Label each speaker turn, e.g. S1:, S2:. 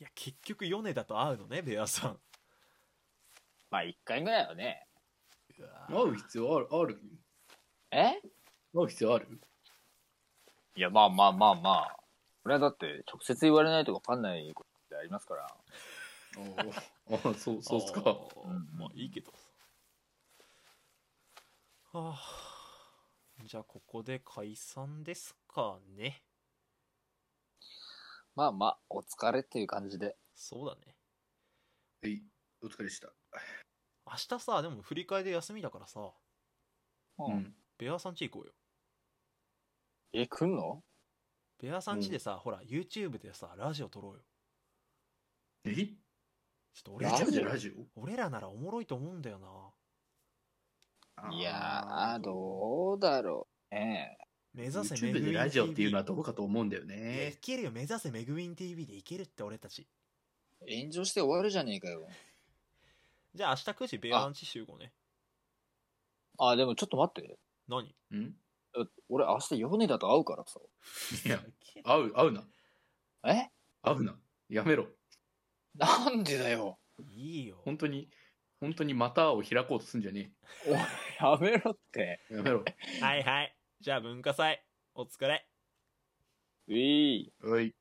S1: いや結局米田と会うのねベアさん
S2: まあ1回ぐらいはね
S1: うわ
S3: 会う必要あるある
S2: え
S3: 会う必要ある
S2: いやまあまあまあまあこれはだって直接言われないと分かんないことってありますから
S3: あーあそうそうっすか
S1: あーまあいいけどはあじゃあここで解散ですかね
S2: まあまあお疲れっていう感じで
S1: そうだね
S3: はいお疲れでした
S1: 明日さでも振り替えで休みだからさ
S2: う
S1: ベアさん家行こうよ
S2: え来んの
S1: ベアさん家でさ、ほら YouTube でさラジオ撮ろうよ
S3: え
S1: ちょっと俺
S2: ラ
S1: ら
S2: ジオ
S3: ラジオ
S1: 俺らならおもろいと思うんだよない
S2: やーどうだろうね
S1: 目指せめぐみ
S3: YouTube で
S1: TV
S3: ラジオっていうのはどうかと思うんだよ
S1: いや
S3: ね
S1: いけるよ目指せめぐみん TV でいけるって俺たち
S2: 炎上して終わるじゃねえかよ
S1: じゃあ明日9時ベアさん家集合ね
S2: あでもちょっと待って
S1: 何
S3: うん
S2: だって俺明日ヨネダと会うからさ
S3: いや会う会うな
S2: え
S3: 会うなやめろ
S2: なんでだよ
S1: いいよ
S3: 本当に本当にまたを開こうとすんじゃね
S2: やめろって
S3: えや めろ
S1: はいはいじゃあ文化祭お疲れ
S2: うい
S3: はい